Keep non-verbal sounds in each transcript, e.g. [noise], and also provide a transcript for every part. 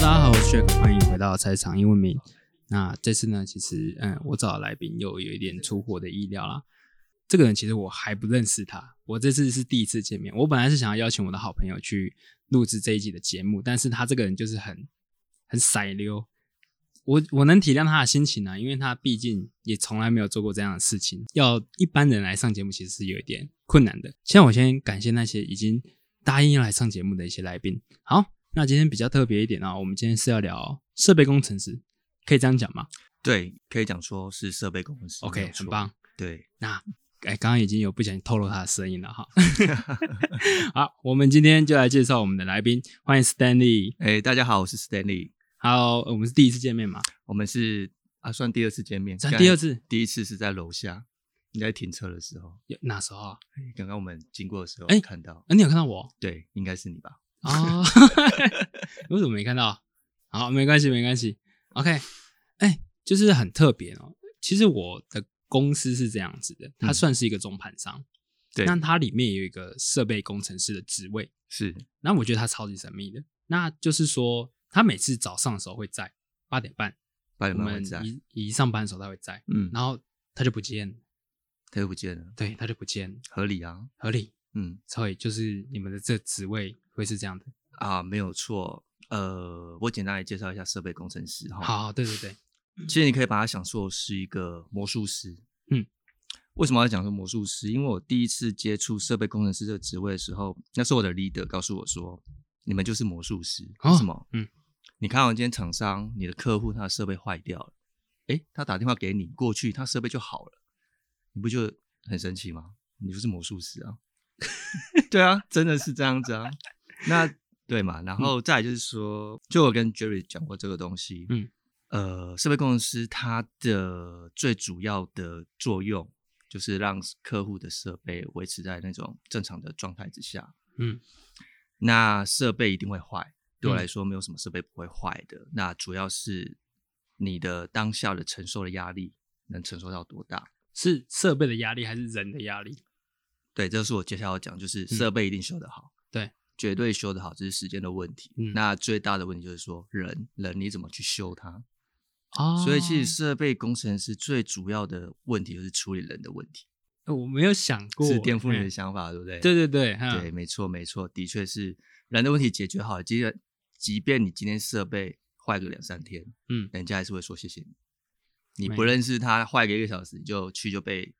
Jack，欢迎回到菜市场英文名。那这次呢，其实嗯，我找的来宾又有一点出乎我的意料啦。这个人其实我还不认识他，我这次是第一次见面。我本来是想要邀请我的好朋友去录制这一集的节目，但是他这个人就是很很塞溜。我我能体谅他的心情啊，因为他毕竟也从来没有做过这样的事情，要一般人来上节目其实是有一点困难的。现在我先感谢那些已经答应要来上节目的一些来宾。好，那今天比较特别一点啊，我们今天是要聊设备工程师，可以这样讲吗对，可以讲说是设备公司。没？OK，有很错。棒。对，那哎，刚刚已经有不小心透露他的声音了 [laughs] 哈。好，我们今天就来介绍我们的来宾，欢迎 Stanley。哎，大家好，我是 Stanley， Hello，我们是第一次见面嘛？我们是啊，算第二次见面，算刚第才二次第一次是在楼下，你在停车的时候，有哪时候啊？哎刚刚我们经过的时候哎看到，啊，你有看到我？对，应该是你吧？哦， [laughs] 为什么没看到？好，没关系，没关系。OK，哎、就是很特别哦。其实我的公司是这样子的，它嗯算是一个中盘商，对，那它里面也有一个设备工程师的职位，是那我觉得它超级神秘的。那就是说，他每次早上的时候会在八点半，八点我半们会在，一一上班的时候他会在，嗯，然后他就不见了，他又不见了，对，他就不见了，合理啊，合理。嗯所以就是你们的这职位会是这样的。啊，没有错。呃，我简单来介绍一下设备工程师哈。好，对对对，其实你可以把它想作是一个魔术师。嗯，为什么要讲说魔术师？因为我第一次接触设备工程师这个职位的时候，那时候我的 leader 告诉我说：“你们就是魔术师。哦为什么？嗯，你看到今天厂商，你的客户他的设备坏掉了，诶，他打电话给你，过去他设备就好了，你不就很神奇吗？你就是魔术师啊！ [laughs] 对啊，真的是这样子啊。那对嘛？嗯然后再来就是说，就我跟 Jerry 讲过这个东西，嗯，呃，设备工程师它的最主要的作用就是让客户的设备维持在那种正常的状态之下。嗯那设备一定会坏，对我嗯来说没有什么设备不会坏的。那主要是你的当下的承受的压力能承受到多大？是设备的压力还是人的压力？对，这是我接下来要讲，就是嗯设备一定修得好，对，绝对修得好，这是时间的问题。嗯那最大的问题就是说人，人你怎么去修它？哦所以其实设备工程师最主要的问题就是处理人的问题，我没有想过是颠覆你嗯的想法，对不对？对对对，哈对，没错没错，的确是人的问题解决好，即便即便你今天设备坏个两三天，嗯，人家还是会说谢谢你。你没不认识他，坏个一个小时，你就去就被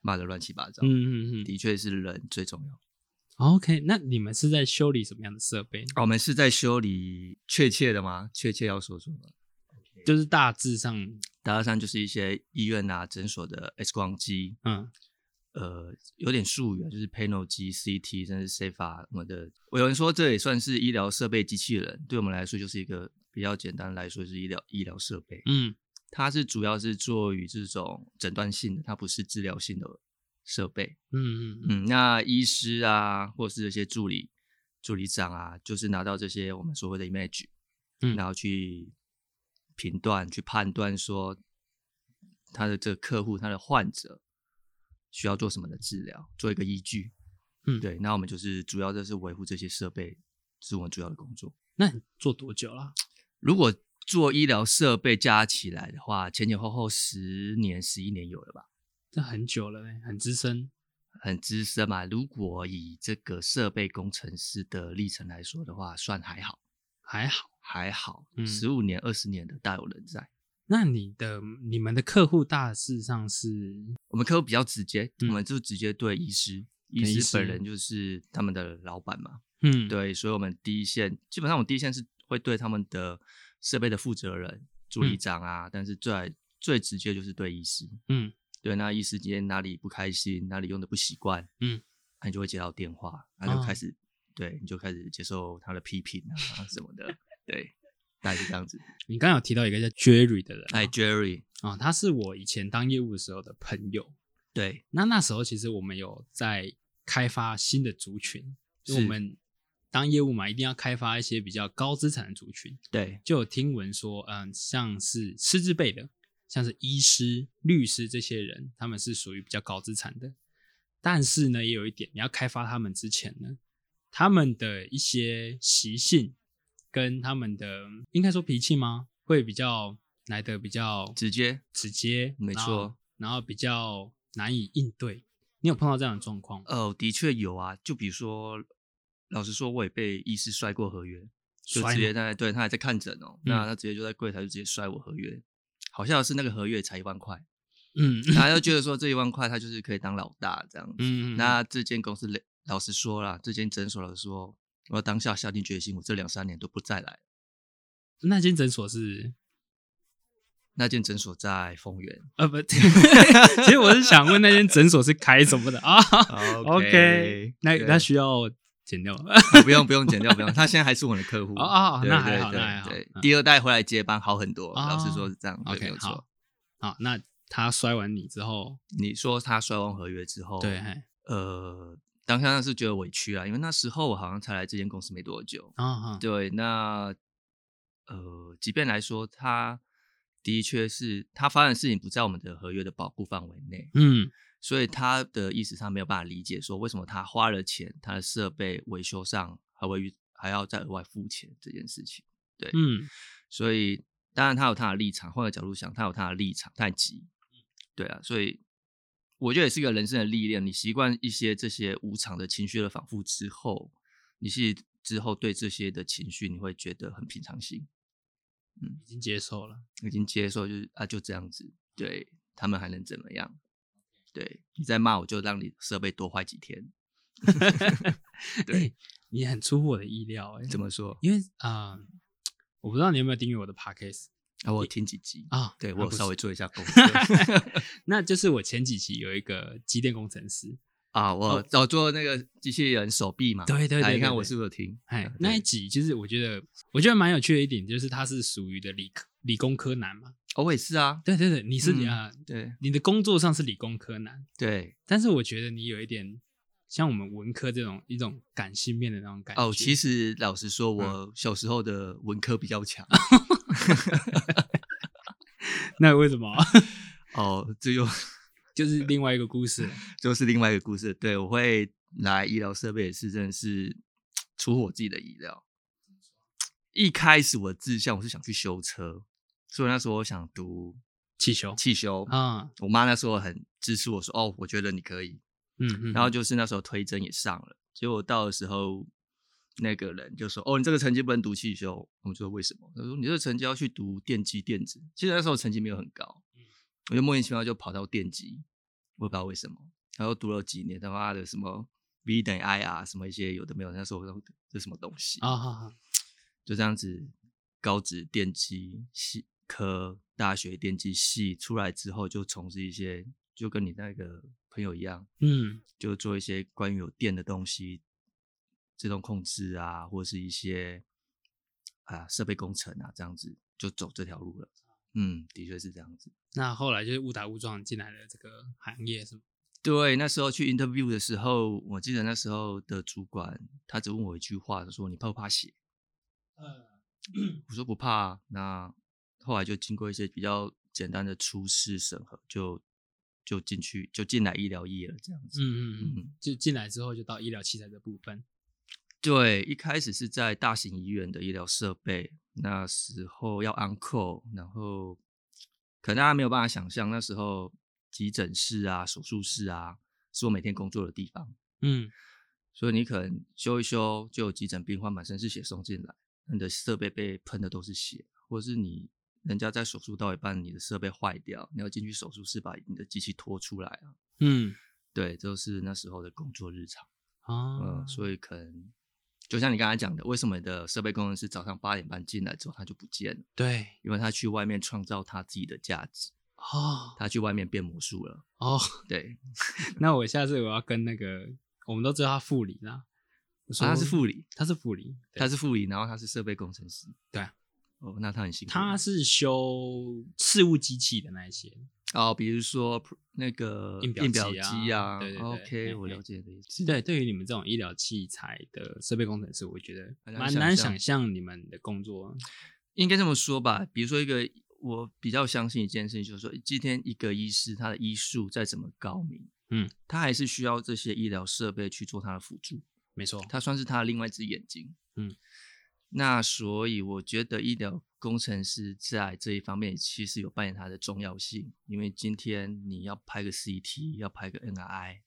骂得乱七八糟。嗯嗯嗯的确是人最重要。 ，OK，那你们是在修理什么样的设备？我们是在修理确切的吗？确切要说说吗？就是大致上，大二三就是一些医院啊、诊所的 X 光机，嗯，呃，有点术语啊，就是 panel 机、CT，甚至 CFA 我们的。我有人说这也算是医疗设备机器人，对我们来说就是一个比较简单来说是医疗医疗设备。嗯它是主要是做于这种诊断性的，它不是治疗性的设备。嗯嗯嗯，嗯，那医师啊，或是这些助理、助理长啊，就是拿到这些我们所谓的 image，嗯然后去评断、去判断说他的这个客户、他的患者需要做什么的治疗，做一个依据。嗯对，那我们就是主要就是维护这些设备，是我们主要的工作。那你做多久了？如果做医疗设备加起来的话，前前后后十年、十一年有了吧？这很久了嘞，很资深。很资深嘛。如果以这个设备工程师的历程来说的话，算还好，还好，还好嗯，十五年、二十年的大有人在。那你的你们的客户大致上是我们客户比较直接，嗯我们就直接对医师，医对医师师本人就是他们的老板嘛，嗯，对，所以我们第一线，基本上我们第一线是会对他们的设备的负责人、助理嗯长啊，但是最最直接就是对医师，嗯，对，那医师今天哪里不开心，哪里用的不习惯，嗯，那你就会接到电话，他就哦开始，对，你就开始接受他的批评啊什么的，对，大概是这样子。你刚刚有提到一个叫 Jerry 的人，哎，Jerry，啊、他是我以前当业务的时候的朋友，对，那那时候其实我们有在开发新的族群，就是我们当业务嘛，一定要开发一些比较高资产的族群。对，就有听闻说，嗯，像是师资辈的，像是医师、律师这些人，他们是属于比较高资产的。但是呢，也有一点，你要开发他们之前呢，他们的一些习性跟他们的应该说脾气吗，会比较来的比较直接直接，没然错后，然后比较难以应对。你有碰到这样的状况？哦，的确有啊。就比如说，老实说，我也被医师摔过合约，就摔直接吗嗯在对他还在看诊哦，那他直接就在柜台就直接摔我合约，好像是那个合约才一万块，嗯他就觉得说这一万块他就是可以当老大这样子。嗯，那这间公司累，老实说啦，这间诊所老实说，我当下下定决心，我这两三年都不再来。那间诊所是那间诊所在丰原呃 [laughs] 不，其实我是想问那间诊所是开什么的啊？OK，那那需要剪掉 [laughs] 了啊不用不用剪掉，不用，他现在还是我的客户哦哦对那对还好对那还好对嗯，第二代回来接班好很多，哦老实说是这样，对，没，OK，有错好。，好，那他摔完你之后，你说他摔完合约之后，对，嘿呃，当下是觉得委屈啊，因为那时候我好像才来这间公司没多久，啊啊，对，那呃，即便来说，他的确是他发生的事情不在我们的合约的保护范围内，嗯所以他的意思他没有办法理解，说为什么他花了钱，他的设备维修上还会遇还要再额外付钱这件事情。嗯所以当然他有他的立场，换个角度想，他有他的立场，太急。对啊，所以我觉得也是一个人生的历练。你习惯一些这些无常的情绪的反复之后，你是之后对这些的情绪，你会觉得很平常心，已经接受了。已经接受，就是啊就这样子。对他们还能怎么样？对你再骂我，就让你设备多坏几天。对欸你很出乎我的意料哎、 [laughs] 怎么说？因为啊、呃我不知道你有没有订阅我的 podcast 啊，我有听几集，啊、对还我有不稍微错，做一下 [laughs] 功课那就是我前几期有一个机电工程师，啊，我早做那个机器人手臂 [laughs] 嘛。对对啊对你对看我对是不是有听？哎啊，那对一集其实我觉得我觉得蛮有趣的一点就是他是属于的理科理工科男嘛，哦，我也是啊，对对对，你是嗯啊、对你的工作上是理工科男，对但是我觉得你有一点像我们文科这种一种感性面的那种感觉哦，其实实老实嗯说，我小时候的文科比较强那为什么 [laughs] 哦，这又 [laughs] 就是另外一个故事了？就是另外一个故事。对，我会来医疗设备也是真的是出乎我自己的意料。一开始我的志向我是想去修车，所以那时候我想读气球汽修。啊，我妈那时候很支持我说：“哦，我觉得你可以。”嗯嗯，然后就是那时候推甄也上了，结果到的时候，那个人就说：“哦，你这个成绩不能读汽修。”我们就说：“为什么？”他说：“你这个成绩要去读电机电子。”其实那时候成绩没有很高，嗯我就莫名其妙就跑到电机，我也不知道为什么。然后读了几年他妈的什么 V 等于 I R 什么一些有的没有的，那时候我都这什么东西啊好好就这样子，高职电机系科大学电机系出来之后，就从事一些就跟你那个朋友一样。嗯就做一些关于有电的东西，自动控制啊，或是一些啊设备工程啊，这样子就走这条路了。嗯，的确是这样子。那后来就是误打误撞进来了这个行业，是吗？对，那时候去 interview 的时候，我记得那时候的主管他只问我一句话，他说你怕不怕血？我说不怕啊。那后来就经过一些比较简单的初试审核，就就进去就进来医疗业了，这样子。嗯嗯嗯，嗯，就进来之后就到医疗器材的部分。对，一开始是在大型医院的医疗设备，那时候要 uncle，然后可能大家没有办法想象，那时候急诊室啊、手术室啊，是我每天工作的地方，嗯所以你可能修一修就有急诊病患满身是血送进来，你的设备被喷的都是血，或是你人家在手术到一半，你的设备坏掉，你要进去手术室把你的机器拖出来啊，嗯对，这就是那时候的工作日常。啊嗯，，所以可能就像你刚才讲的，为什么你的设备工程师早上八点半进来之后他就不见了？对因为他去外面创造他自己的价值，哦他去外面变魔术了。 [laughs] 哦，对，那我下次我要跟那个，我们都知道他副理啦，我说啊、他是副理，他是副理，对他是副理，然后他是设备工程师。对啊哦，那他很辛苦。他是修事务机器的那一些，哦，比如说 pr- 那个印表印表机啊机啊对对对 o k 嘿我嘿了解你的意思。对，对于你们这种医疗器材的设备工程师，我觉得很难蛮想难象想象你们的工作。应该这么说吧，比如说一个，我比较相信一件事情，就是说，今天一个医师他的医术再怎么高明，嗯，他还是需要这些医疗设备去做他的辅助，没错，他算是他的另外一只眼睛，嗯。那所以我觉得医疗工程师在这一方面其实有扮演它的重要性，因为今天你要拍个 CT，要拍个 NRI，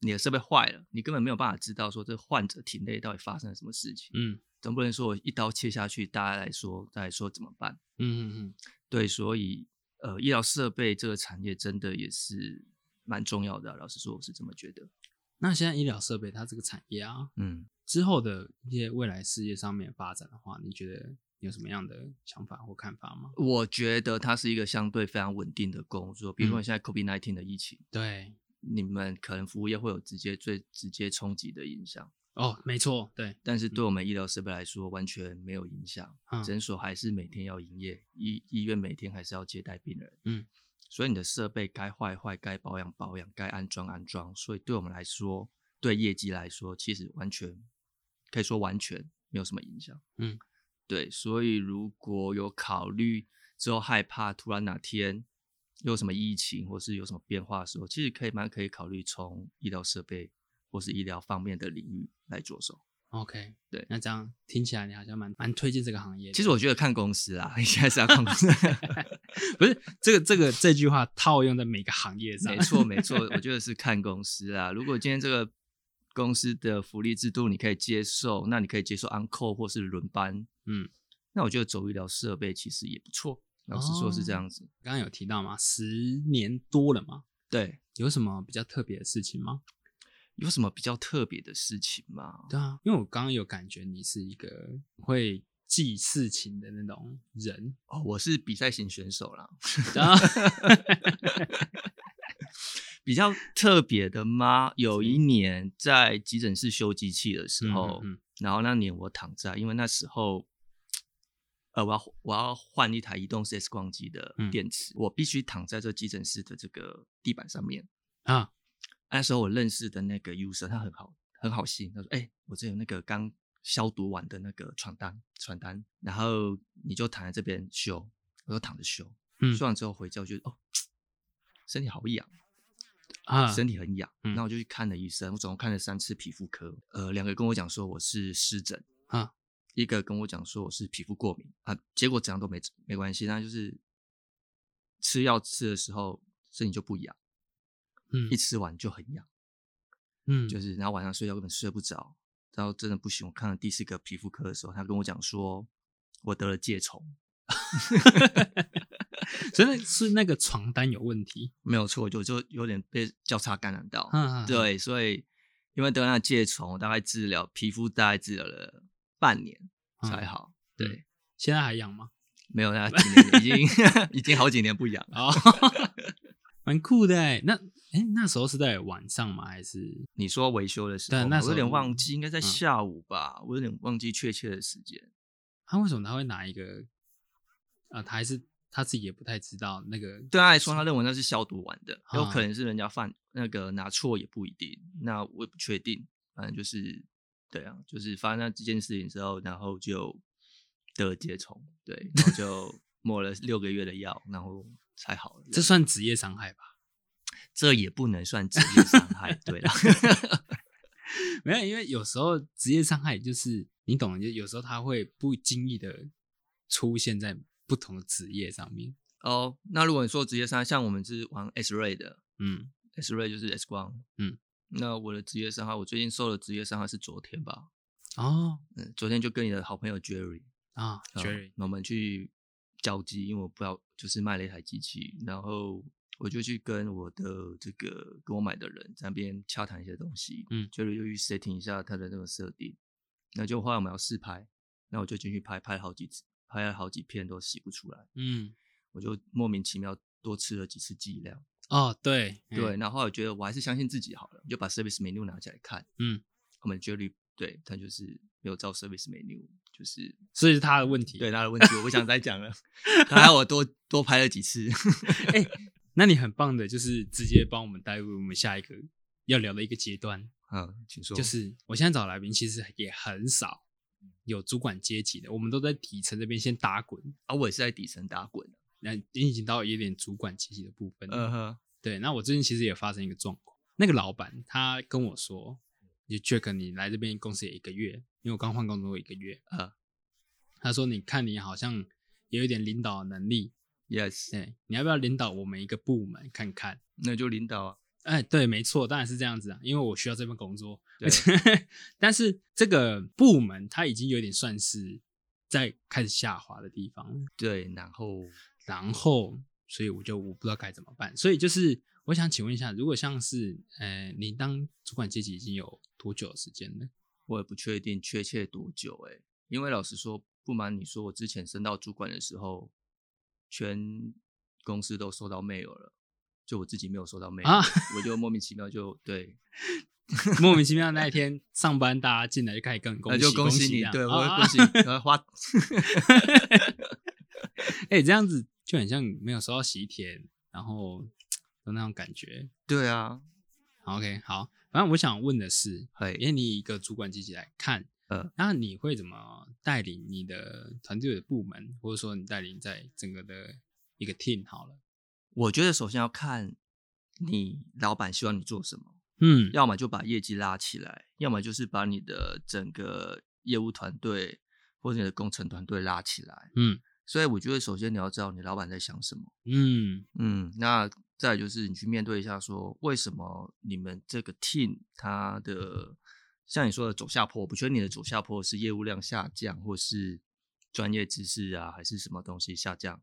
你的设备坏了，你根本没有办法知道说这患者体内到底发生了什么事情，嗯总不能说我一刀切下去，大家来说再来说怎么办？嗯嗯对，所以呃，医疗设备这个产业真的也是蛮重要的啊、老实说，我是这么觉得。那现在医疗设备它这个产业啊，嗯，之后的一些未来事业上面发展的话，你觉得有什么样的想法或看法吗？我觉得它是一个相对非常稳定的工作，比如说嗯现在 COVID 1 9的疫情，对，你们可能服务业会有直接最直接冲击的影响，哦，没错，对，但是对我们医疗设备来说完全没有影响，嗯诊所还是每天要营业，医医院每天还是要接待病人，嗯，所以你的设备该坏坏，该保养保养，该安装安装，所以对我们来说，对业绩来说，其实完全可以说完全没有什么影响，嗯，对，所以如果有考虑之后害怕突然哪天有什么疫情或是有什么变化的时候，其实可以蛮可以考虑从医疗设备或是医疗方面的领域来着手。 OK，对那这样听起来你好像蛮蛮推荐这个行业的。其实我觉得看公司啦， [laughs] 现在是要看 [laughs] 公司。不是这个这个这句话套用在每个行业上没，错，没错，我觉得是看公司啦。如果今天这个公司的福利制度你可以接受，那你可以接受 on call 或是轮班，嗯，那我觉得走医疗设备其实也不错。老实说是哦这样子，刚刚有提到嘛，十年多了嘛，对。有什么比较特别的事情吗？有什么比较特别的事情吗？对啊，因为我刚刚有感觉你是一个会记事情的那种人， [laughs] 哦，我是比赛型选手啦，然后比较特别的吗？有一年在急诊室修机器的时候，嗯嗯嗯然后那年我躺在，因为那时候，呃，我要我要换一台移动式 X 光机的嗯电池，我必须躺在这急诊室的这个地板上面。啊，那时候我认识的那个 user，他很好，很好心，他说：“哎、我这有那个刚消毒完的那个床单，床单，然后你就躺在这边修。”我就躺着修，嗯修完之后回家我就哦，身体好痒，啊，身体很痒，嗯那我就去看了医生，我总共看了三次皮肤科，呃，两个跟我讲说我是湿疹，啊，一个跟我讲说我是皮肤过敏啊，结果怎样都没没关系，那就是吃药吃的时候身体就不痒，嗯一吃完就很痒，嗯，就是然后晚上睡觉根本睡不着，然后真的不行，我看了第四个皮肤科的时候，他跟我讲说我得了疥虫，真的是那个床单有问题，没有错，就就有点被交叉感染到，嗯，嗯，对，所以因为得那疥虫，我大概治疗皮肤大概治疗了半年嗯才好。对，现在还痒吗？没 [laughs] 有那几年已经 [laughs] 已经好几年不痒了。 [laughs] 啊， [laughs] 蛮酷的欸。那哎，那时候是在晚上吗？还是你说维修的时候对啊吗，那时我有候点忘记，应该在嗯下午吧，我有点忘记确切的时间。他为什么他会拿一个？啊，他还是他自己也不太知道那个。对他来说，他认为那是消毒完的，有啊可能是人家犯那个拿错也不一定，那我也不确定。反正就是对啊，就是发生那这件事情之后，然后就得了疥虫，对，然后 [laughs] 就抹了六个月的药，然后才好了。这算职业伤害吧？ [laughs] 这也不能算职业伤害，对 [laughs] 啦。没有，因为有时候职业伤害就是你懂，就有时候他会不经意的出现在不同的职业上面。哦，那如果你说职业伤害，像我们是玩 X ray 的嗯， ，X ray 就是 X 光，嗯，那我的职业伤害，我最近受的职业伤害是昨天吧，哦嗯，昨天就跟你的好朋友 Jerry，啊呃，Jerry，我们去交机，因为我不知道，就是卖了一台机器，然后我就去跟我的这个跟我买的人在那边洽谈一些东西，嗯，Jerry 就去 setting 一下他的那个设定，那就后来我们要试拍，那我就进去拍，拍了好几次，拍了好几片都洗不出来，嗯，我就莫名其妙多吃了几次剂量，哦，对，嗯对，，然后我觉得我还是相信自己好了，就把 service menu 拿起来看，嗯，我们 Jerry 对他就是没有照 service menu，就是所以是他的问题。对，他的问题，我不想再讲了。他还我多多拍了几次， [laughs] 那你很棒的，就是直接帮我们带入我们下一个要聊的一个阶段，嗯，请说。就是我现在找来宾其实也很少有主管阶级的，我们都在底层这边先打滚。啊，我也是在底层打滚。啊那你已经到有点主管阶级的部分了，嗯哼，对，那我最近其实也发生一个状况，那个老板他跟我说，你 Jack，你来这边公司也一个月，因为我刚换工作一个月，啊他说你看你好像有一点领导能力， ，yes，对，你要不要领导我们一个部门看看？那就领导啊，哎，对，没错，当然是这样子啊，因为我需要这份工作。对 [laughs] 但是这个部门它已经有点算是在开始下滑的地方了，对，然后然后，所以我就我不知道该怎么办。所以就是我想请问一下，如果像是呃，你当主管阶级已经有多久的时间了？ [laughs] 我也不确定确切多久哎、因为老实说，不瞒你说，我之前升到主管的时候，全公司都收到 mail 了，就我自己没有收到 mail，、啊我就莫名其妙就对，莫名其妙那一天上班，大家进来就开始跟你恭那喜，就 [laughs] 恭喜你这，样对我啊会啊恭喜你， [laughs] 然后花， [laughs] 哎、这样子就很像没有收到喜帖，然后有那种感觉。对啊，好 OK，好，反正我想问的是，嘿，因为你以一个主管阶级来看，呃，那你会怎么带领你的团队的部门，或者说你带领在整个的一个 team 好了？我觉得首先要看你老板希望你做什么，嗯，要么就把业绩拉起来，要么就是把你的整个业务团队或者你的工程团队拉起来。嗯所以我觉得首先你要知道你老板在想什么，嗯嗯，那再来就是你去面对一下，说为什么你们这个 team 它的像你说的走下坡，我不确定你的走下坡是业务量下降，或是专业知识啊，还是什么东西下降，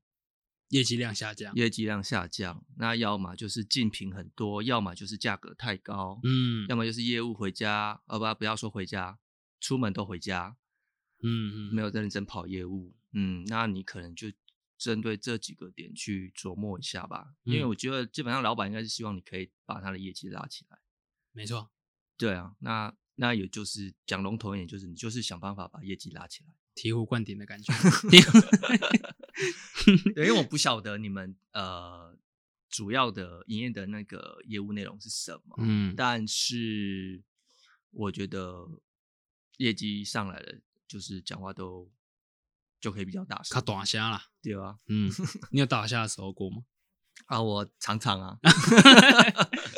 业绩量下降，业绩量下降，那要么就是竞品很多，要么就是价格太高，嗯要么就是业务回家，呃不不要说回家，出门都回家，嗯嗯，没有，有在认真跑业务，嗯，那你可能就针对这几个点去琢磨一下吧，因为嗯我觉得基本上老板应该是希望你可以把他的业绩拉起来。没错，对啊，那那也就是讲笼统一点，就是你就是想办法把业绩拉起 [laughs] 来。醍醐灌顶的 [laughs] 感觉。对，因为我不晓得你们呃主要的营业的那个业务内容是什么，嗯，但是我觉得业绩上来了，就是讲话都就可以比较大卡声，短虾啦，对啊，嗯， [laughs] 你有倒下的时候过吗？啊，我常 [laughs] 常啊，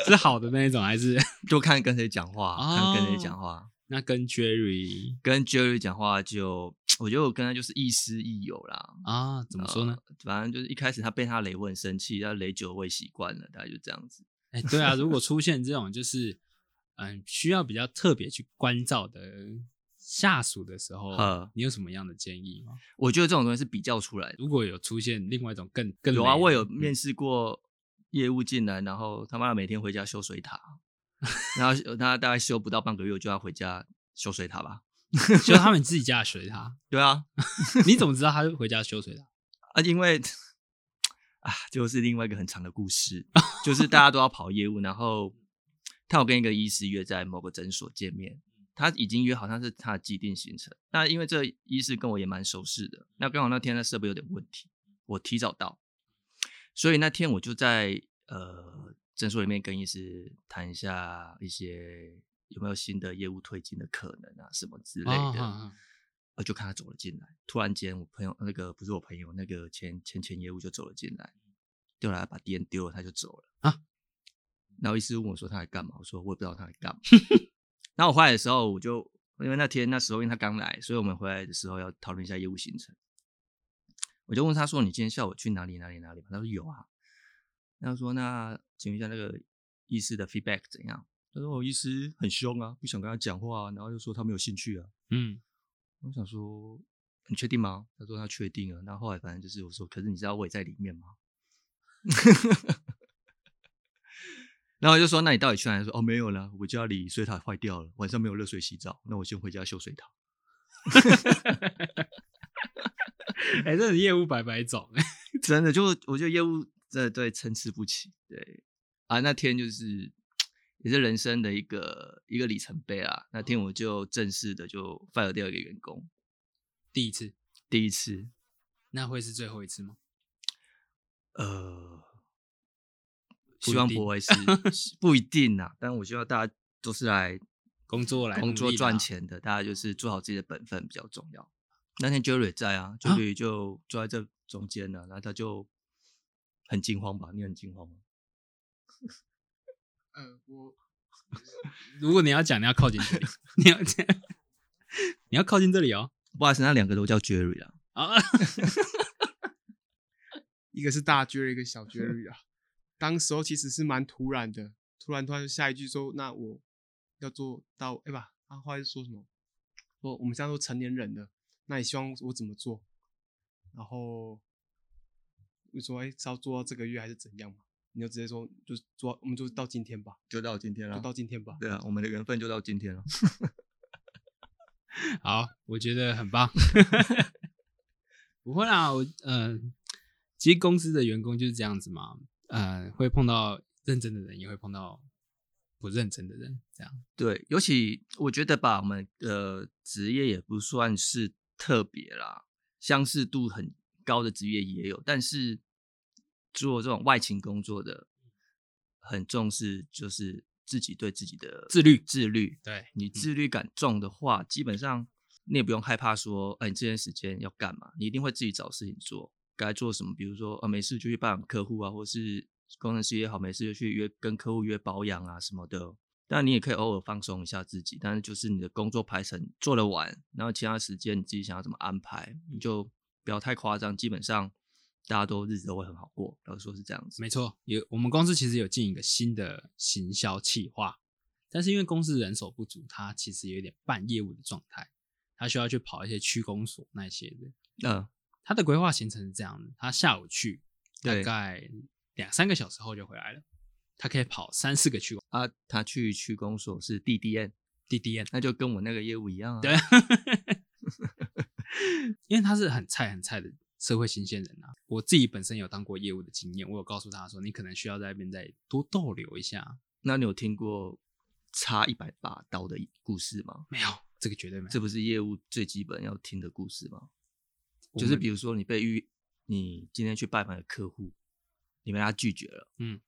是好的那一种，还是 [laughs] 就看跟谁讲话，看跟谁哦讲话。那跟 Jerry 跟 Jerry 讲话就，我觉得我跟他就是亦师亦友啦。啊？怎么说呢？呃？反正就是一开始他被他雷问生气，他雷久未习惯了，大概就这样子。哎、对啊，如果出现这种就是嗯需要比较特别去关照的下属的时候呵，你有什么样的建议吗？我觉得这种东西是比较出来的。如果有出现另外一种更更有啊，雷的我有嗯面试过业务进来，然后他妈的每天回家修 [laughs] 水塔，然后呃他大概修不到半个月就要回家修水塔吧？就他们自己家的水塔，对啊，你怎么知道他会回家修水塔？啊，因为啊，就是另外一个很长的故 [laughs] 事，就是大家都要跑业务，然后他有跟一个医师约在某个诊所见面，他已经约好，像是他的既定行程。那因为这个医师跟我也蛮熟识的，那刚好那天他设备有点问题，我提早到，所以那天我就在呃诊所里面跟医师谈一下一些有没有新的业务推进的可能啊，什么之类的。啊啊啊呃，就看他走了进来。突然间，我朋友那个不是我朋友，那个前前前业务就走了进来，丢来把 D N 丢了，他就走了啊。然后医师问我说他来干嘛，我说我也不知道他来干嘛。然后我回来的时候，我就因为那天那时候因为他刚来，所以我们回来的时候要讨论一下业务行程。我就问他说：“你今天下午去哪里哪里哪里吗？”他说：“有啊。”然后说：“那请问一下那个医师的 feedback 怎样？”他说：“哦我医师很凶啊，不想跟他讲话啊，然后就说他没有兴趣啊。” [laughs] 嗯我想说，你确定吗？他说他确定了。那后来反正就是我说，可是你知道我也在里面吗？ [laughs] 然后我就说，那你到底去哪里？他说哦，没有啦，我家里水塔坏掉了，晚上没有热水洗澡，那我先回家修水塔。 [laughs] 哎、这是业务白白种。 [laughs] 真的，就我觉得业务真的对参差不齐。对啊，那天就是也是人生的一个一个里程碑啊。那天我就正式的就 fire 掉一个员工，第一次，第一次那会是最后一次吗？呃，不希一望定不会是 [laughs] 不一定啦，但我希望大家都是来工作来工努作力的啊赚，钱的，大家就是做好自己的本分比较重要。那天 Jerry 也在啊，Jerry 就坐在这中间了、然后他就很惊慌吧？你很惊慌吗？呃，我 [laughs] 如果你要讲，你要靠近这里，你要讲，你要靠近这里哦。不好意思，那两个都叫 Jerry 啦。啊，一个是大绝，一个小 [laughs] 绝育啊。当时候其实是蛮突然的，突然突然就下一句说：“那我要做到，哎、吧？”他后来就说什么？说我们现在都成年人了，那你希望我怎么做？然后我说：“哎、是要做到这个月还是怎样嘛？”你就直接说，就做到，我们就到今天吧，就到今天就了到今天吧。对啊，我们的缘分就到今天了。好，我觉得很棒。不会啦，我呃，其实公司的员工就是这样子嘛，呃，会碰到认真的人，也会碰到不认真的人，这样。对，尤其我觉得吧，我们的职业也不算是特别啦，相似度很高的职业也有，但是做这种外勤工作的，很重视就是自己对自己的自律自律。对，你自律感重的话，基本上你也不用害怕说，哎，你这段时间要干嘛，你一定会自己找事情做，该做什么，比如说啊，没事就去拜访客户啊，或是工程师也好，没事就去约跟客户约保养啊什么的。但你也可以偶尔放松一下自己，但是就是你的工作排程做得完，然后其他时间你自己想要怎么安排，你就不要太夸张，基本上大家都日子都会很好过，老实说是这样子。没错，有我们公司其实有进一个新的行销企划，但是因为公司人手不足，它其实有点半业务的状态，它需要去跑一些区公所那些的。嗯、它的规划行程是这样的：他下午去，大对概两三个小时后就回来了。他可以跑三四个区啊，他去区公所是 DDN， DDN，那就跟我那个业务一样啊。对， [laughs] 因为他是很菜很菜的社会新鲜人啊。我自己本身有当过业务的经验，我有告诉他说，你可能需要在那边再多逗留一下。那你有听过插一百把刀的故事吗？没有，这个绝对没有。这不是业务最基本要听的故事吗？我就是们比如说你被遇，你今天去拜访的客户，你被他拒绝了，嗯，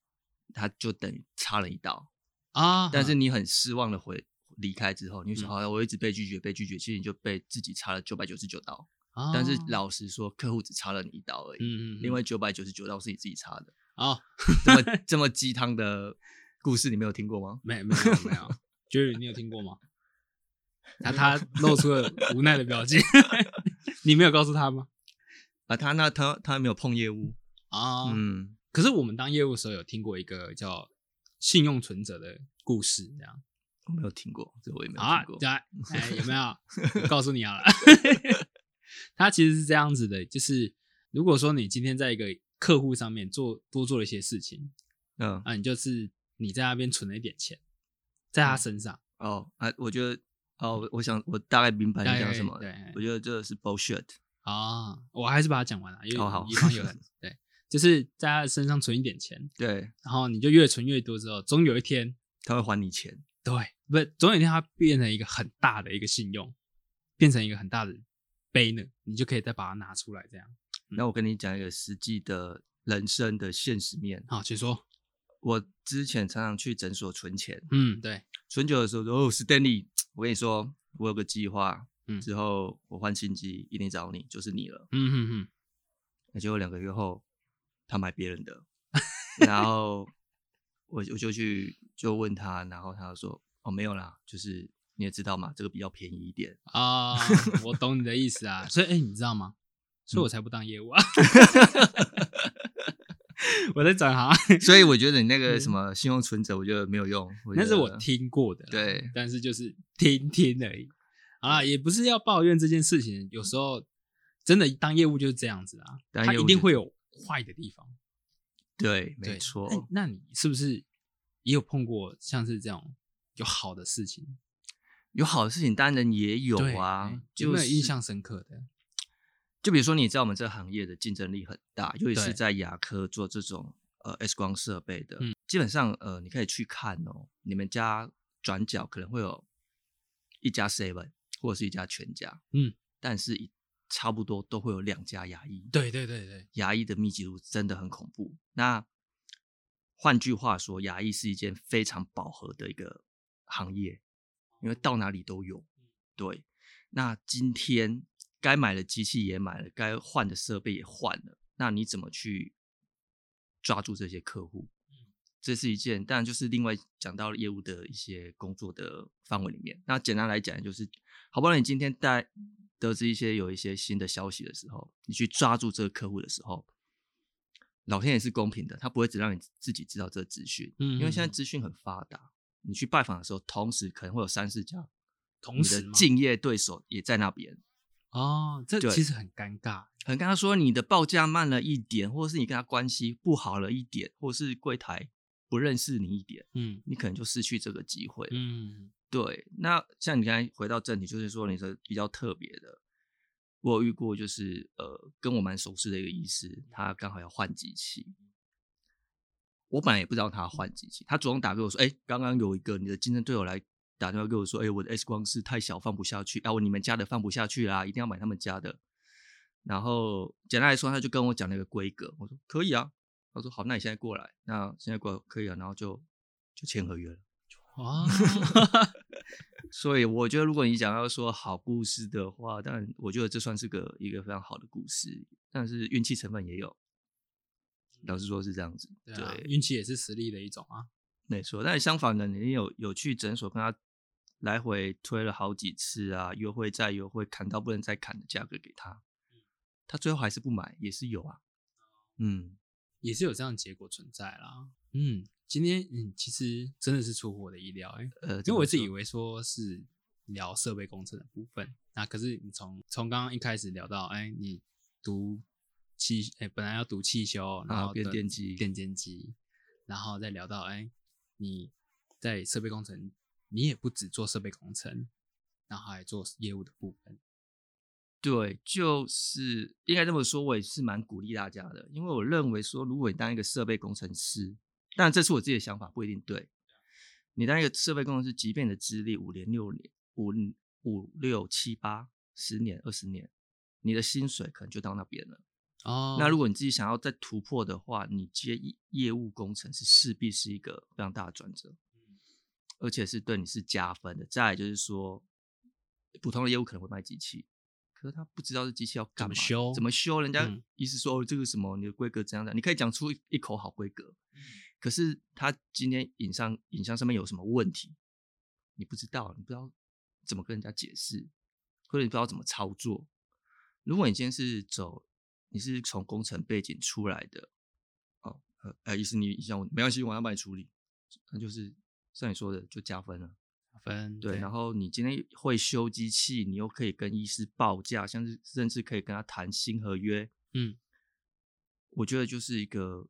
他就等于插了一刀，啊，但是你很失望的回离开之后，你就想，嗯好、我一直被拒绝，被拒绝，其实你就被自己插了九百九十九刀，啊但是老实说，客户只插了你一刀而已，嗯嗯，另外九百九十九刀是你自己插的，哦，这么这么鸡汤的故事你没有听过吗？没没有没有，Jerry，你有听过吗？他他露出了无奈的表情， [laughs] 你没有告诉他吗？啊，他那他他没有碰业务，啊，嗯。可是我们当业务的时候有听过一个叫信用存折的故事，这样我没有听过，这我也没有啊听过，。来， [laughs] 哎，有没有？我告诉你好了， [laughs] 他其实是这样子的，就是如果说你今天在一个客户上面做多做了一些事情嗯，啊，你就是你在那边存了一点钱，在他身上，哦啊，我觉得哦，我我想我大概明白你讲什么。对对我觉得这是 bullshit。啊，我还是把它讲完了，因为哦好以防有人对，就是在他身上存一点钱，对，然后你就越存越多之后，总有一天，他会还你钱。对，不，总有一天它变成一个很大的一个信用，变成一个很大的 banner，你就可以再把它拿出来，这样。那我跟你讲一个实际的人生的现实面。好，请说。我之前常常去诊所存钱，嗯，对，存久的时候说，哦，Stanley，我跟你说，我有个计划，嗯之后我换新机一定找你，就是你了。嗯哼哼，那结果两个月后，他买别人的， [laughs] 然后我我就去就问他，然后他就说哦没有啦，就是你也知道嘛，这个比较便宜 [laughs] 一点。啊、 [laughs] 我懂你的意思啊。所以，哎、你知道嗯吗？所以我才不当业务啊， [laughs] 我在转行。啊所以我觉得你那个什么信用存折，我觉得没有用。嗯那是觉我得听过的，啊对，但是就是听听而已。啊，也不是要抱怨这件事情，有时候真的当业务就是这样子啊，当它业一务定就会有坏的地方。对，没对哎错。哦那那你是不是也有碰过像是这种有好的事情？有好的事情当然也有对啊哎，有就没有印是象深刻的？就比如说，你知道我们这个行业的竞争力很大，尤其对是在牙科做这种呃 X 光设备的，嗯基本上呃你可以去看哦，你们家转角可能会有一家 Seven 或者是一家全家，嗯，但是一差不多都会有两家牙医，对对对对，牙医的密集度真的很恐怖。那换句话说，牙医是一件非常饱和的一个行业，因为到哪里都有。对，那今天该买的机器也买了，该换的设备也换了，那你怎么去抓住这些客户？嗯这是一件，当然就是另外讲到业务的一些工作的范围里面。那简单来讲，就是好不容易你今天带得知一些有一些新的消息的时候，你去抓住这个客户的时候，老天也是公平的，他不会只让你自己知道这个资讯，嗯因为现在资讯很发达，你去拜访的时候，同时可能会有三四家同你时的吗竞业对手也在那边。哦，这对其实很尴尬。很跟他说你的报价慢了一点，或者是你跟他关系不好了一点，或者是柜台不认识你一点，嗯你可能就失去这个机会了。嗯对，那像你刚才回到正题，就是说你是比较特别的，我有遇过就是呃，跟我蛮熟识的一个医师，他刚好要换机器，我本来也不知道他要换机器，他主动打给我说，哎、刚刚有一个你的竞争对手来打电话给我说，哎、我的 X 光是太小放不下去，啊，我你们家的放不下去啦，一定要买他们家的。然后简单来说，他就跟我讲了一个规格，我说可以啊，他说好，那你现在过来，那现在过来可以啊，然后就就签合约了。 [laughs] 哦，所以我觉得，如果你想要说好故事的话，当然我觉得这算是个一个非常好的故事，但是运气成分也有。老实说是这样子，嗯对对，啊，运气也是实力的一种啊。没错。但是相反的，你有有去诊所跟他来回推了好几次啊，优惠再优惠，砍到不能再砍的价格给他，嗯他最后还是不买，也是有啊。哦嗯，也是有这样的结果存在啦。嗯，今天嗯，其实真的是出乎我的意料哎、呃，因为我一直自以己为说是聊设备工程的部分，那可是你从从刚刚一开始聊到，哎，你读汽，哎，本来要读汽修，然啊后变的电机电电机，然后再聊到，哎，你在设备工程，你也不只做设备工程，然后还做业务的部分，对，就是应该这么说，我也是蛮鼓励大家的，因为我认为说，如果你当一个设备工程师，当然这是我自己的想法，不一定对。你当一个设备工程师，即便你的资历五年、六年、五五六七八、十年、二十年，你的薪水可能就到那边了。哦那如果你自己想要再突破的话，你接业业务工程是势必是一个非常大的转折，嗯而且是对你是加分的。再来就是说，普通的业务可能会卖机器，可是他不知道这机器要干么嘛，修怎么修，人家嗯意思说、哦，这个什么你的规格怎样的，你可以讲出一一口好规格，可是他今天影像影像上面有什么问题，你不知道，你不知道怎么跟人家解释，或者你不知道怎么操作。如果你今天是走，你是从工程背景出来的，哦，呃，呃，意思你影响我，没关系，我要帮你处理，那就是像你说的，就加分了。分对，然后后你今天会修机器，你又可以跟医师报价，像是甚至可以跟他谈新合约。嗯，我觉得就是一个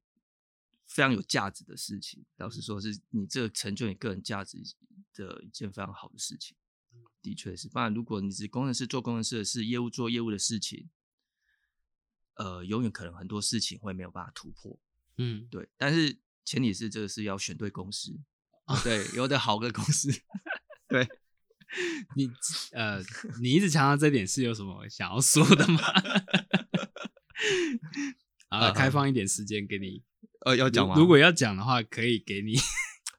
非常有价值的事情。老嗯实说，是你这个成就你个人价值的一件非常好的事情。嗯的确是，当然，如果你是工程师做工程师的事，业务做业务的事情，呃，永远可能很多事情会没有办法突破。 [laughs] 嗯，对，但是前提是这个是要选对公司，啊对，有的好的公司。 [laughs] 你呃，你一直强调这点是有什么想要说的吗？ [laughs] 啊，呃开放一点时间给你呃，要如如果要讲的话，可以给你。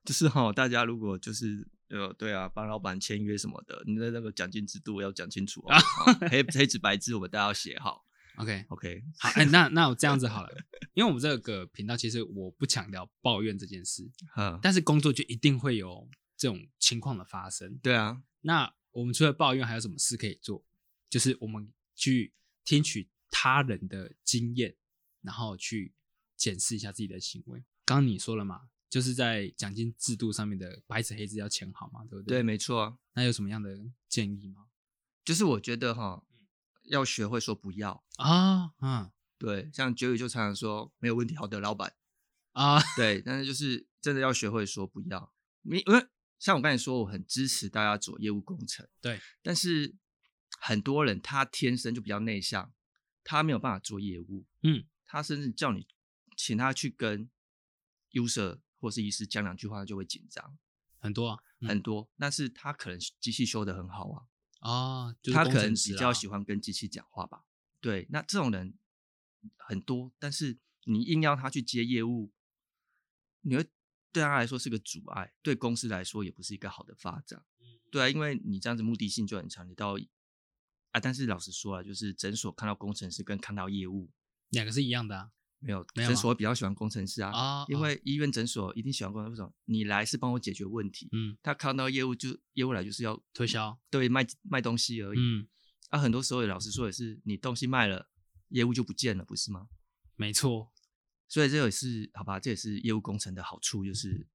就是哈、大家如果就是呃，对啊，帮老板签约什么的，你的那个奖金制度要讲清楚哦，啊黑黑纸白字我们大家要写好。 OK， OK， [laughs] 好，哎、那那我这样子好了，因为我们这个频道其实我不强调抱怨这件事，嗯，但是工作就一定会有这种情况的发生。对啊，那我们除了抱怨，还有什么事可以做？就是我们去听取他人的经验，然后去检视一下自己的行为。刚刚你说了嘛，就是在奖金制度上面的白纸黑字要签好嘛，对不对，对？。没错啊，那有什么样的建议吗？就是我觉得哈、要学会说不要。啊，嗯对，像九宇就常常说没有问题，好的，老板。啊，对，但是就是真的要学会说不要，你因为像我刚才说，我很支持大家做业务工程，对，但是很多人他天生就比较内向，他没有办法做业务，嗯，他甚至叫你请他去跟 user 或是医师讲两句话，他就会紧张很多啊，嗯很多，但是他可能机器修的很好啊，啊，就是他工可程能师比较啊喜欢跟机器讲话吧。对，那这种人很多，但是你硬要他去接业务，你会对他来说是个阻碍，对公司来说也不是一个好的发展。嗯对啊，因为你这样子目的性就很强，你到啊，但是老实说啊，就是诊所看到工程师跟看到业务两个是一样的啊。没有，没有诊吗所会比较喜欢工程师啊，啊因啊为医院诊所一定喜欢工程师。为什么你来是帮我解决问题，嗯，他看到业务就业务来就是要推销，对卖卖东西而已。嗯啊，很多时候也老实说也是，你东西卖了，业务就不见了，不是吗？没错，所以这也是好吧，这也是业务工程的好处，就是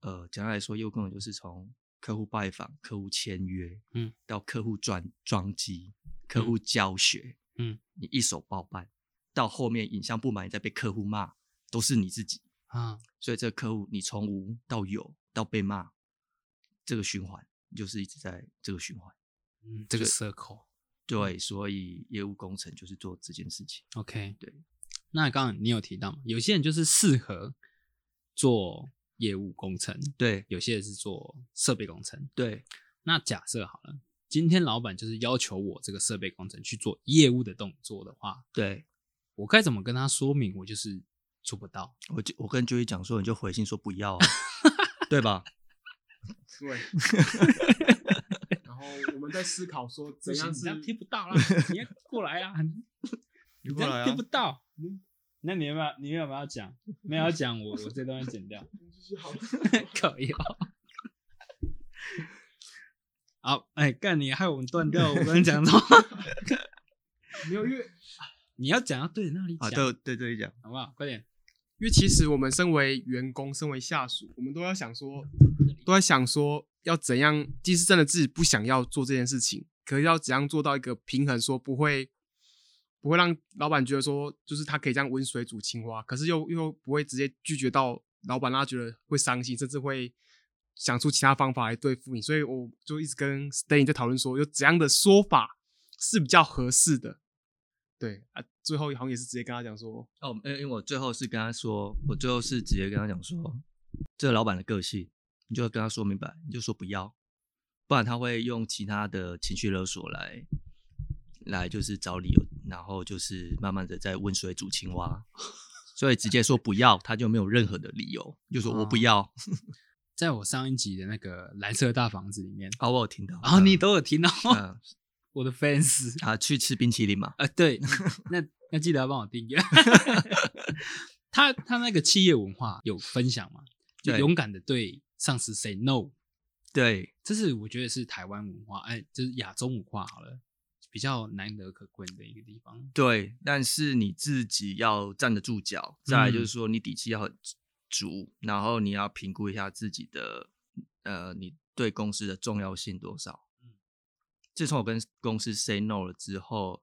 呃，简单来说，业务工程就是从客户拜访、客户签约，嗯，到客户转装机、客户教学，嗯，你一手包办，到后面影像不满，你再被客户骂，都是你自己。啊，所以这个客户你从无到有到被骂，这个循环你就是一直在这个循环。嗯，这个 circle。对，所以业务工程就是做这件事情。 OK，对。那刚刚你有提到嘛，有些人就是适合做业务工程，对有些人是做设备工程。对，那假设好了，今天老板就是要求我这个设备工程去做业务的动作的话，对我该怎么跟他说明？我就是做不到。我就我跟 Joey 讲说，你就回信说不要、啊，[laughs] 对吧？ [laughs] [laughs] 对。然后我们在思考说怎样是不 [laughs] 到啦，你要过来啊！你过来啊到。嗯那你有没有？你有没有要讲？没有要讲，我我这段要 [laughs] 剪掉。就是好。可以哦。 [laughs] 好，哎，干你害我们断掉！我跟你讲 [laughs] 到，没有，因为你要讲到对的那里讲，啊，对对对，讲好不好？快点，因为其实我们身为员工，身为下属，我们都要想说，都在想说要怎样，即使真的自己不想要做这件事情，可是要怎样做到一个平衡，说不会不会让老板觉得说，就是他可以这样温水煮青蛙，可是又又不会直接拒绝到老板，让他觉得会伤心，甚至会想出其他方法来对付你。所以我就一直跟 Stan 在讨论说，有怎样的说法是比较合适的。对啊，最后好像也是直接跟他讲说，哦，因为因为我最后是跟他说，我最后是直接跟他讲说，这个老板的个性，你就要跟他说明白，你就说不要，不然他会用其他的情绪勒索来。来就是找理由，然后就是慢慢的在温水煮青蛙， [laughs] 所以直接说不要，他就没有任何的理由，就说我不哦要。 [laughs] 在我上一集的那个蓝色大房子里面，啊，我有听到。然后哦你嗯都有听到嗯 [laughs] 我的 fans 啊，去吃冰淇淋嘛？啊，对， [laughs] 那那记得要帮我订阅。 [laughs] 他他那个企业文化有分享嘛？就对勇敢的对上司 say no，对，这是我觉得是台湾文化，哎，就是亚洲文化好了，比较难得可贵的一个地方。对，但是你自己要站得住脚，再来就是嗯说你底气要很足，然后你要评估一下自己的呃，你对公司的重要性多少。自从我跟公司 say no 了之后，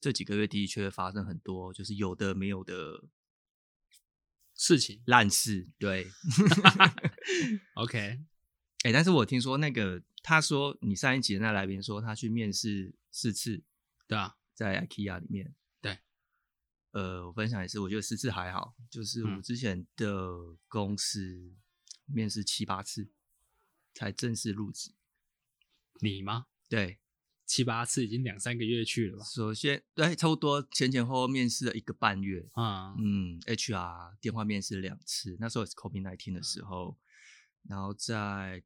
这几个月的确发生很多，就是有的没有的事情烂事。对， ，OK，哎、但是我听说那个他说你上一集的那来宾说他去面试四次，对啊，在 IKEA 里面。对，呃，我分享一次，我觉得四次还好，就是我嗯之前的公司面试七八次才正式入职。你吗？对，七八次已经两三个月去了吧？首先对，差不多前前后后面试了一个半月。啊、嗯，HR 电话面试两次，那时候也是 COVID 1 9的时候，然后在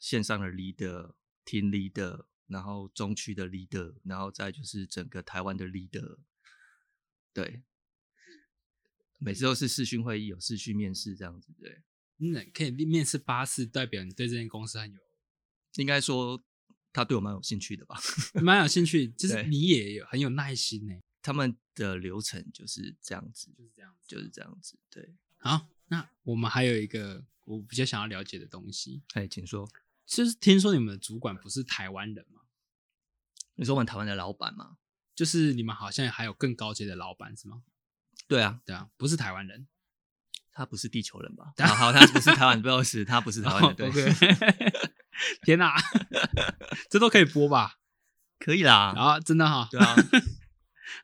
线上的 leader、team leader，然后中区的 leader，然后再就是整个台湾的 leader，对，每次都是视讯会议，有视讯面试这样子，对，嗯，可以面试八次，代表你对这间公司很有应该说他对我蛮有兴趣的吧。 [laughs] 蛮有兴趣，就是对你也有很有耐心呢、他们的流程就是这样子，就是这样子。就是这样子，对，好，那我们还有一个我比较想要了解的东西，哎，请说，就是听说你们的主管不是台湾人嘛？你说我们台湾的老板吗？就是你们好像还有更高阶的老板是吗？对啊，对啊，不是台湾人。他不是地球人 [laughs] 吧？好好，他不是台湾，不要死，他不是台湾的，对， OK [laughs] 天哪、 [laughs] 这都可以播吧？可以啦，啊，真的哈、对啊，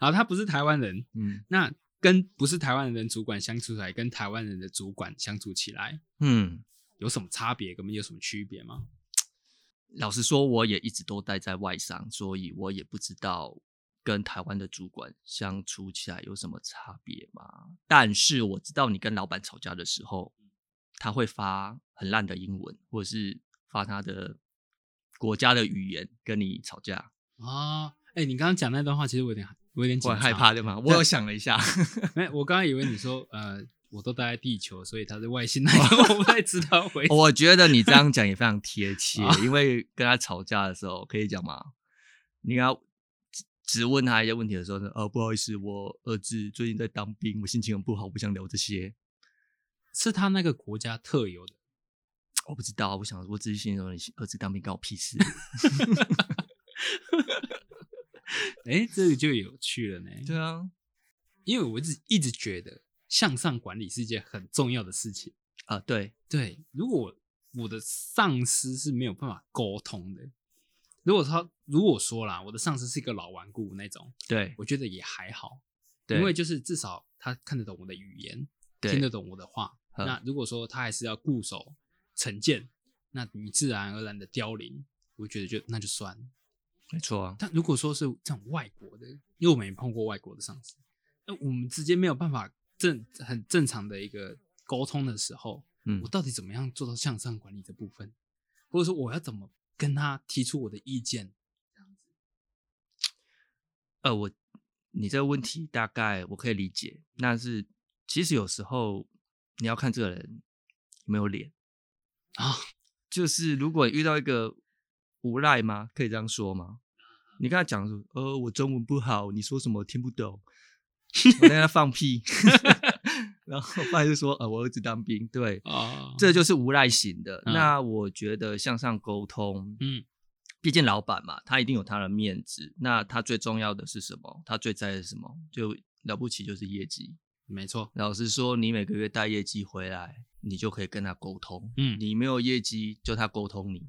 好，他不是台湾人，嗯那跟不是台湾人的主管相处起来，跟台湾人的主管相处起来嗯，有什么差别？跟我们有什么区别吗？老实说，我也一直都待在外商，所以我也不知道跟台湾的主管相处起来有什么差别嘛。但是我知道你跟老板吵架的时候，他会发很烂的英文，或者是发他的国家的语言跟你吵架，啊，哎、你刚刚讲那段话，其实我有点，我有点紧我张很害。怕对 [laughs] 吗？我有想了一下， [laughs] 没，我刚刚以为你说，呃，我都待在地球，所以他是外星人，我不太知道回。啊我觉得你这样讲也非常贴切，因为跟他吵架的时候可以讲吗？你给他直直问他一些问题的时候呢，哦，不好意思，我儿子最近在当兵，我心情很不好，我不想聊这些。是他那个国家特有的。哦我不知道，啊我想我只是心里说，你儿子当兵关我屁事。哎，这个就有趣了呢。对啊，因为我一直一直觉得向上管理是一件很重要的事情。啊，对，对，如果我的上司是没有办法沟通的，如果他如果说啦，我的上司是一个老顽固那种，对，我觉得也还好，对因为就是至少他看得懂我的语言，对听得懂我的话。嗯那如果说他还是要固守成见，那你自然而然的凋零，我觉得就那就算了。没错啊，但如果说是这种外国的，因为我们也碰过外国的上司，那我们之间没有办法正很正常的一个沟通的时候，嗯我，到底怎么样做到向上管理这部分，或者说我要怎么跟他提出我的意见？呃，我你这个问题大概我可以理解，但是其实有时候你要看这个人有没有脸啊。就是如果你遇到一个无赖吗？可以这样说吗？你跟他讲说，呃，我中文不好，你说什么我听不懂，我在那放屁， [laughs] 然后爸就说，呃，我儿子当兵，对，啊这就是无赖型的。嗯那我觉得向上沟通，嗯，毕竟老板嘛，他一定有他的面子。那他最重要的是什么？他最在意的是什么？就了不起就是业绩。没错，老实说，你每个月带业绩回来，你就可以跟他沟通。嗯你没有业绩，就他沟通你，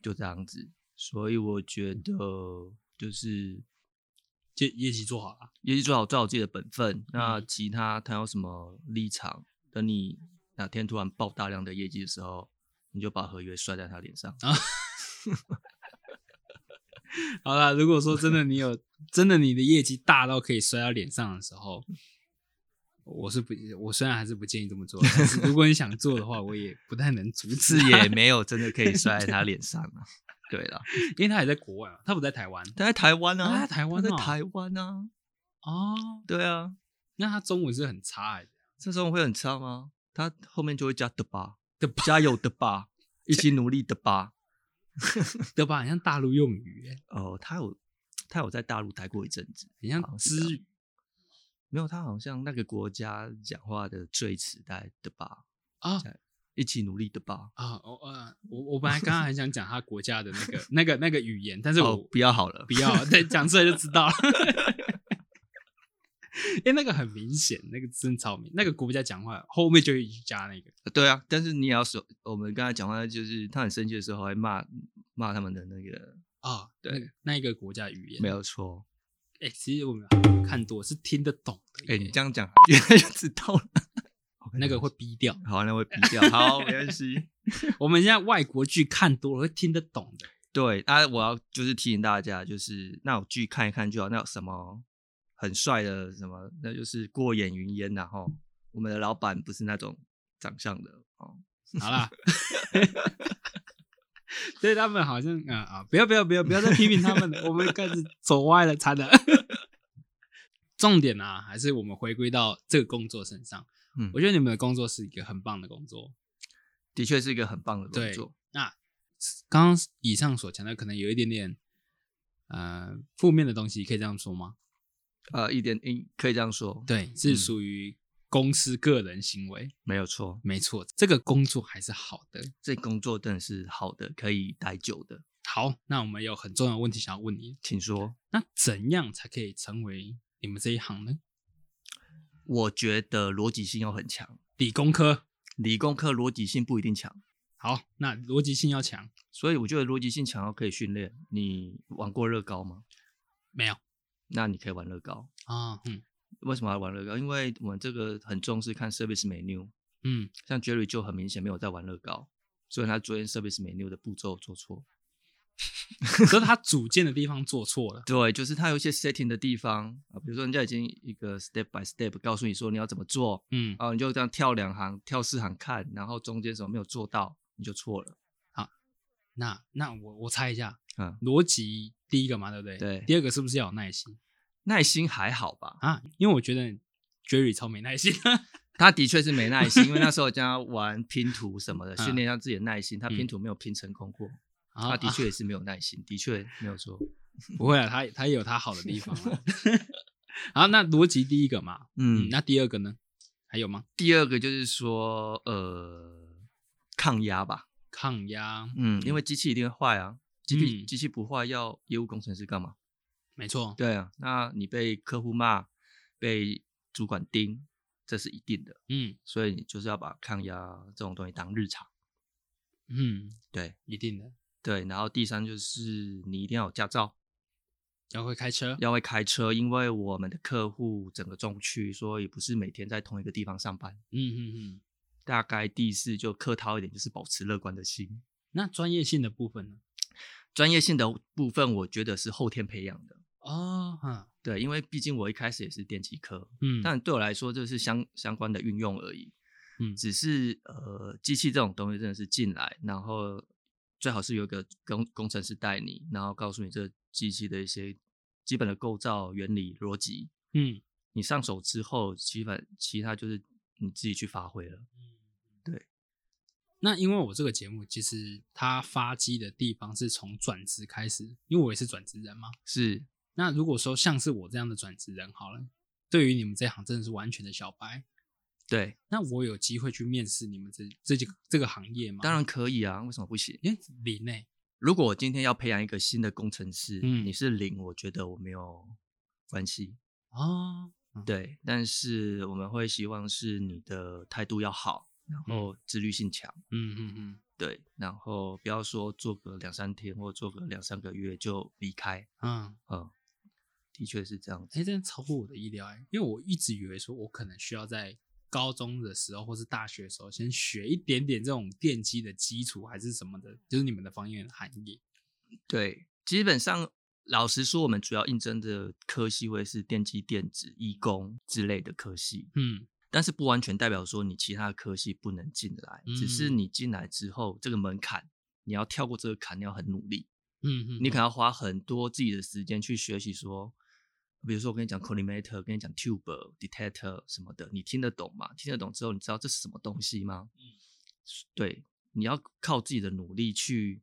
就这样子。所以我觉得就是就业绩做好了，业绩做好，做好自己的本分。那嗯其他他有什么立场？等你哪天突然爆大量的业绩的时候，你就把合约摔在他脸上。啊好啦，如果说真的你有真的你的业绩大到可以摔到脸上的时候，我是不，我虽然还是不建议这么做，但是如果你想做的话，我也不太能阻止是你，也没有真的可以摔在他脸上啊。对了， [laughs] 因为他也在国外嘛，他不在台湾他在台湾啊，啊他在台湾他在哦台湾啊，哦，对啊，那他中文是很差哎、这时候会很差吗？他后面就会加的吧，的加油的吧，一起努力的吧。对吧？很像大陆用语、欸，哦，他有他有在大陆待过一阵子，很像好像哦是这知样没有，他好像那个国家讲话的最词带的吧，啊一起努力的吧。啊！我呃，我我本来刚刚很想讲他国家的那个那个那个语言，但是我、哦，不要好了不，要，对，讲出来就知道了。因为那个很明显，那个真的超明，那个国家讲话后面就会加那个，对啊，但是你也要说，我们刚才讲话就是他很生气的时候还骂骂他们的那个，啊、对，那一个国家语言没。有错。哎、其实我们看多是听得懂的哎、耶，你这样讲，原来 [laughs] 就知道了。 [laughs] 那个会逼掉。好，[laughs] 那会比掉。好，没关系。我们现在外国剧看多了会听得懂的。对，啊，我要就是提醒大家，就是那种剧看一看就好。那有什么很帅的什么，那就是过眼云烟然后我们的老板不是那种长相的哦。好啦， [laughs] 所以他们好像啊啊，不要不要不要不要再批评他们了，我们开始走歪了，惨了。 [laughs] 重点啊，还是我们回归到这个工作身上。嗯我觉得你们的工作是一个很棒的工作。的确是一个很棒的工对作。那刚刚以上所讲的，可能有一点点呃负面的东西，可以这样说吗？呃，一点应可以这样说，，对，是嗯属于公司个人行为，没有错。没错，这个工作还是好的。这工作真的是好的，可以待久的，好，那我们有很重要的问题想要问你，请说。那怎样才可以成为你们这一行呢？我觉得逻辑性要很强，理工科。理工科逻辑性不一定强。好，那逻辑性要强，所以我觉得逻辑性强要可以训练。你玩过乐高吗？没有那你可以玩乐高。啊？嗯为什么要玩乐高？因为我们这个很重视看 service menu，嗯，像 Jerry 就很明显没有在玩乐高，所以他昨天 service menu 的步骤做错。所以他组件的地方做错了。对，就是他有一些 setting 的地方啊，比如说人家已经一个 step by step 告诉你说你要怎么做，嗯，啊，你就这样跳两行、跳四行看，然后中间什么没有做到，你就错了。那那我我猜一下，嗯，逻辑第一个嘛，对不对？对第二个是不是要有耐心耐心还好吧？啊？因为我觉得 Jerry 超没耐心。他的确是没耐 [laughs] 心，因为那时候教他玩拼图什么的，嗯训练一下自己的耐心。他拼嗯图没有拼成功过，啊他的确也是没有耐心，的确没有错。不会啊，他他也有他好的地方 [laughs] 啊。好，那逻辑第一个嘛，嗯，嗯，那第二个呢？还有吗？第二个就是说，呃，抗压吧，抗压，嗯，因为机器一定会坏啊，机器、嗯机器不坏，要业务工程师干嘛？没错，对啊，那你被客户骂，被主管盯，这是一定的，嗯所以你就是要把抗压这种东西当日常。嗯，对一定的，对，然后第三就是你一定要有驾照，要会开车，要会开车，因为我们的客户整个中区，所以不是每天在同一个地方上班。嗯嗯嗯。大概第四就客套一点，就是保持乐观的心。那专业性的部分呢？专业性的部分，我觉得是后天培养的。哦，哈，对，因为毕竟我一开始也是电机科，嗯，但对我来说这是相相关的运用而已。嗯只是呃，机器这种东西真的是进来，然后最好是有一个工工程师带你，然后告诉你这机器的一些基本的构造、原理、逻辑。嗯，你上手之后，基本其他就是你自己去发挥了。那因为我这个节目其实它发迹的地方是从转职开始，因为我也是转职人嘛。是，那如果说像是我这样的转职人好了，对于你们这行真的是完全的小白，对，那我有机会去面试你们这这几个这个行业吗？当，然可以啊，为什么不行？因为零诶，如果我今天要培养一个新的工程师，嗯你是零，我觉得我没有关系。哦，对，但是我们会希望是你的态度要好，然后自律性强，嗯嗯嗯，对，然后不要说做个两三天或做个两三个月就离开，嗯，嗯，的确是这样子。哎，真的超乎我的意料哎、因为我一直以为说我可能需要在高中的时候或是大学的时候先学一点点这种电机的基础还是什么的，就是你们的方言行业，对，基本上老实说，我们主要应征的科系会是电机、电子、医工之类的科系，嗯但是不完全代表说你其他的科系不能进来，只是嗯你进来之后这个门槛，你要跳过这个坎，你要很努力，嗯嗯，你可能要花很多自己的时间去学习说。比如说，我跟你讲 collimator，跟你讲 tube、detector 什么的，你听得懂吗？听得懂之后，你知道这是什么东西吗？嗯对，你要靠自己的努力去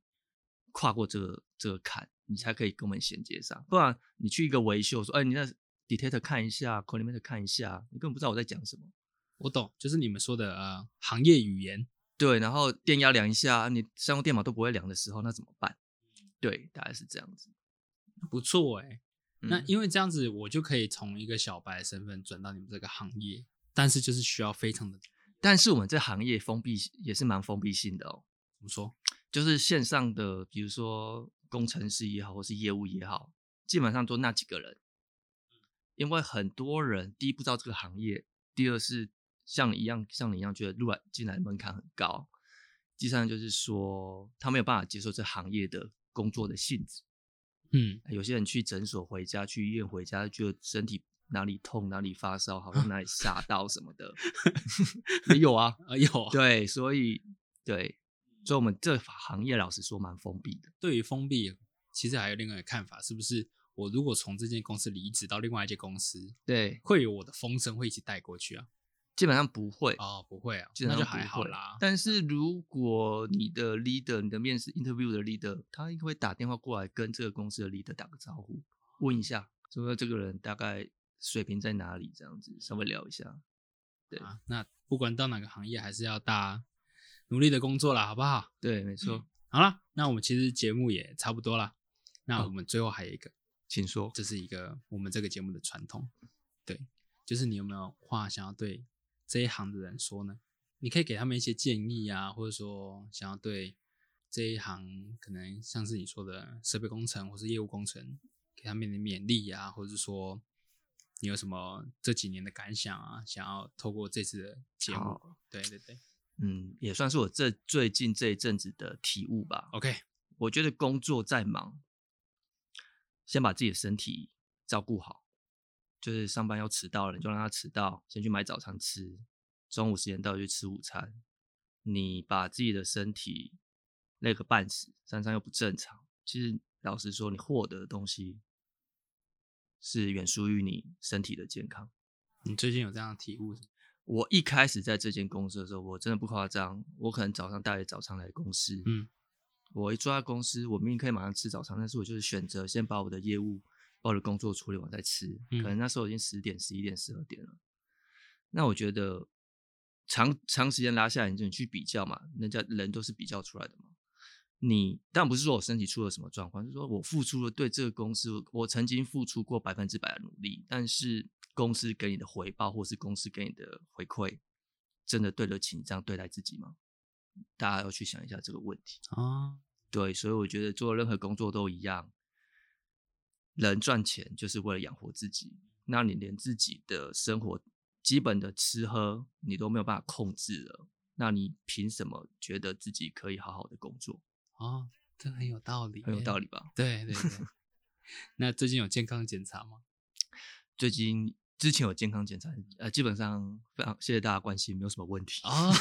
跨过这个这个坎，你才可以跟我们衔接上。不然你去一个维修，说，哎，你那 detector 看一下，collimator 看一下，你根本不知道我在讲什么。我懂，就是你们说的呃行业语言，对，然后电压量一下，啊你商用电码都不会量的时候，那怎么办？嗯对，大概是这样子。不错哎、嗯那因为这样子，我就可以从一个小白的身份转到你们这个行业，但是就是需要非常的怎但是我们这行业封闭也是蛮封闭性的哦，么说？就是线上的，比如说工程师也好，或是业务也好，基本上都那几个人。嗯因为很多人第一不知道这个行业，第二是像你一样像你一样觉得入来进来门槛很高，第三就是说他没有办法接受这行业的工作的性质。嗯，有些人去诊所回家，去医院回家，觉得身体哪里痛哪里发 [laughs] 烧，好像哪里吓到什么的， [laughs] 也有啊。呃，有啊对，所以对，所以我们这行业老实说蛮封闭的。对于封闭，其实还有另外一个看法，是不是？我如果从这间公司离职到另外一间公司，对，会有我的风声会一起带过去啊？基本上不会，哦，不会啊，基本那上就不还好会啦。嗯但是如果你的 leader，你的面试 interview 的 leader，他应该会打电话过来跟这个公司的 leader 打个招呼，问一下，说这个人大概水平在哪里，这样子稍微聊一下。对啊，那不管到哪个行业，还是要大家努力的工作啦，好不好？对，没错，好啦，那我们其实节目也差不多啦。那好我们最后还有一个，请说。这是一个我们这个节目的传统，对，就是你有没有话想要对这一行的人说呢？你可以给他们一些建议啊，或者说想要对这一行可能像是你说的设备工程或是业务工程，给他们的勉励啊，或者是说你有什么这几年的感想啊，想要透过这次的节目，好，对对对嗯，也算是我这最近这一阵子的体悟吧。 ，OK，我觉得工作再忙，先把自己的身体照顾好。就是上班要迟到了，你就让他迟到，先去买早餐吃。中午时间到就去吃午餐。你把自己的身体累个半死，三餐又不正常，其实老实说，你获得的东西是远输于你身体的健康。你最近有这样的体悟是吗？我一开始在这间公司的时候，我真的不夸张，我可能早上大约早上来公司，嗯，我一做到公司，我明明可以马上吃早餐，但是我就是选择先把我的业务、把我的工作处理完再吃。嗯可能那时候已经十点、十一点、十二点了。那我觉得长长时间拉下来，你就你去比较嘛，人家人都是比较出来的嘛。你但不是说我身体出了什么状况，就是说我付出了对这个公司，我曾经付出过百分之百的努力，但是公司给你的回报或是公司给你的回馈，真的对得起你这样对待自己吗？大家要去想一下这个问题。啊，对，所以我觉得做任何工作都一样，人赚钱就是为了养活自己。那你连自己的生活基本的吃喝你都没有办法控制了，那你凭什么觉得自己可以好好的工作？哦，这很有道理，很有道理。理吧？对对对。 [laughs] 那最近有健康检查吗？最近之前有健康检查，呃，基本上非常谢谢大家关心，没有什么问题。哦，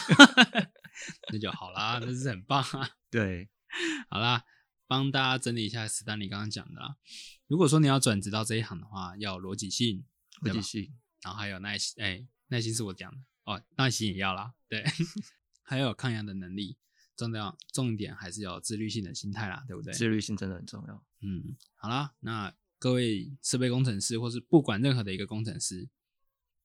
[laughs] 那就好啦，那是很棒啊。对，好啦，帮大家整理一下史丹尼刚刚讲的啦。如果说你要转职到这一行的话，要有逻辑性，会对吧继续。然后还有耐心，哎、耐心是我讲的哦，耐心也要啦，对， [laughs] 还要有抗压的能力，重要重点还是要有自律性的心态啦，对不对？自律性真的很重要。嗯，好啦，那各位设备工程师，或是不管任何的一个工程师，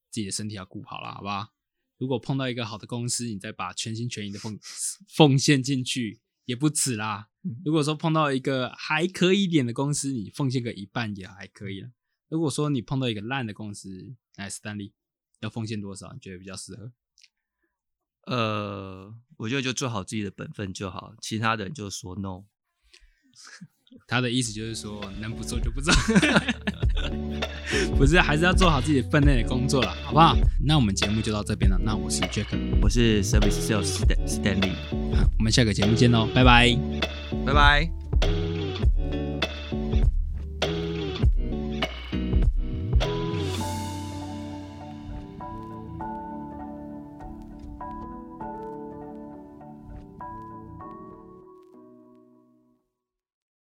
自己的身体要顾好啦，好不好？如果碰到一个好的公司，你再把全心全意的奉 [laughs] 奉献进去，也不迟啦嗯。如果说碰到一个还可以一点的公司，你奉献个一半也还可以了。如果说你碰到一个烂的公司，哎，史丹利要奉献多少？你觉得比较适合？呃，我觉得就做好自己的本分就好，其他的你就说 no。他的意思就是说，能不做就不做， [laughs] 不是，还是要做好自己分内的工作了，好不好？那我们节目就到这边了，那我是 Jack，啊我是 Service Sales Stan- Stanley，我们下个节目见喽，拜拜。拜拜。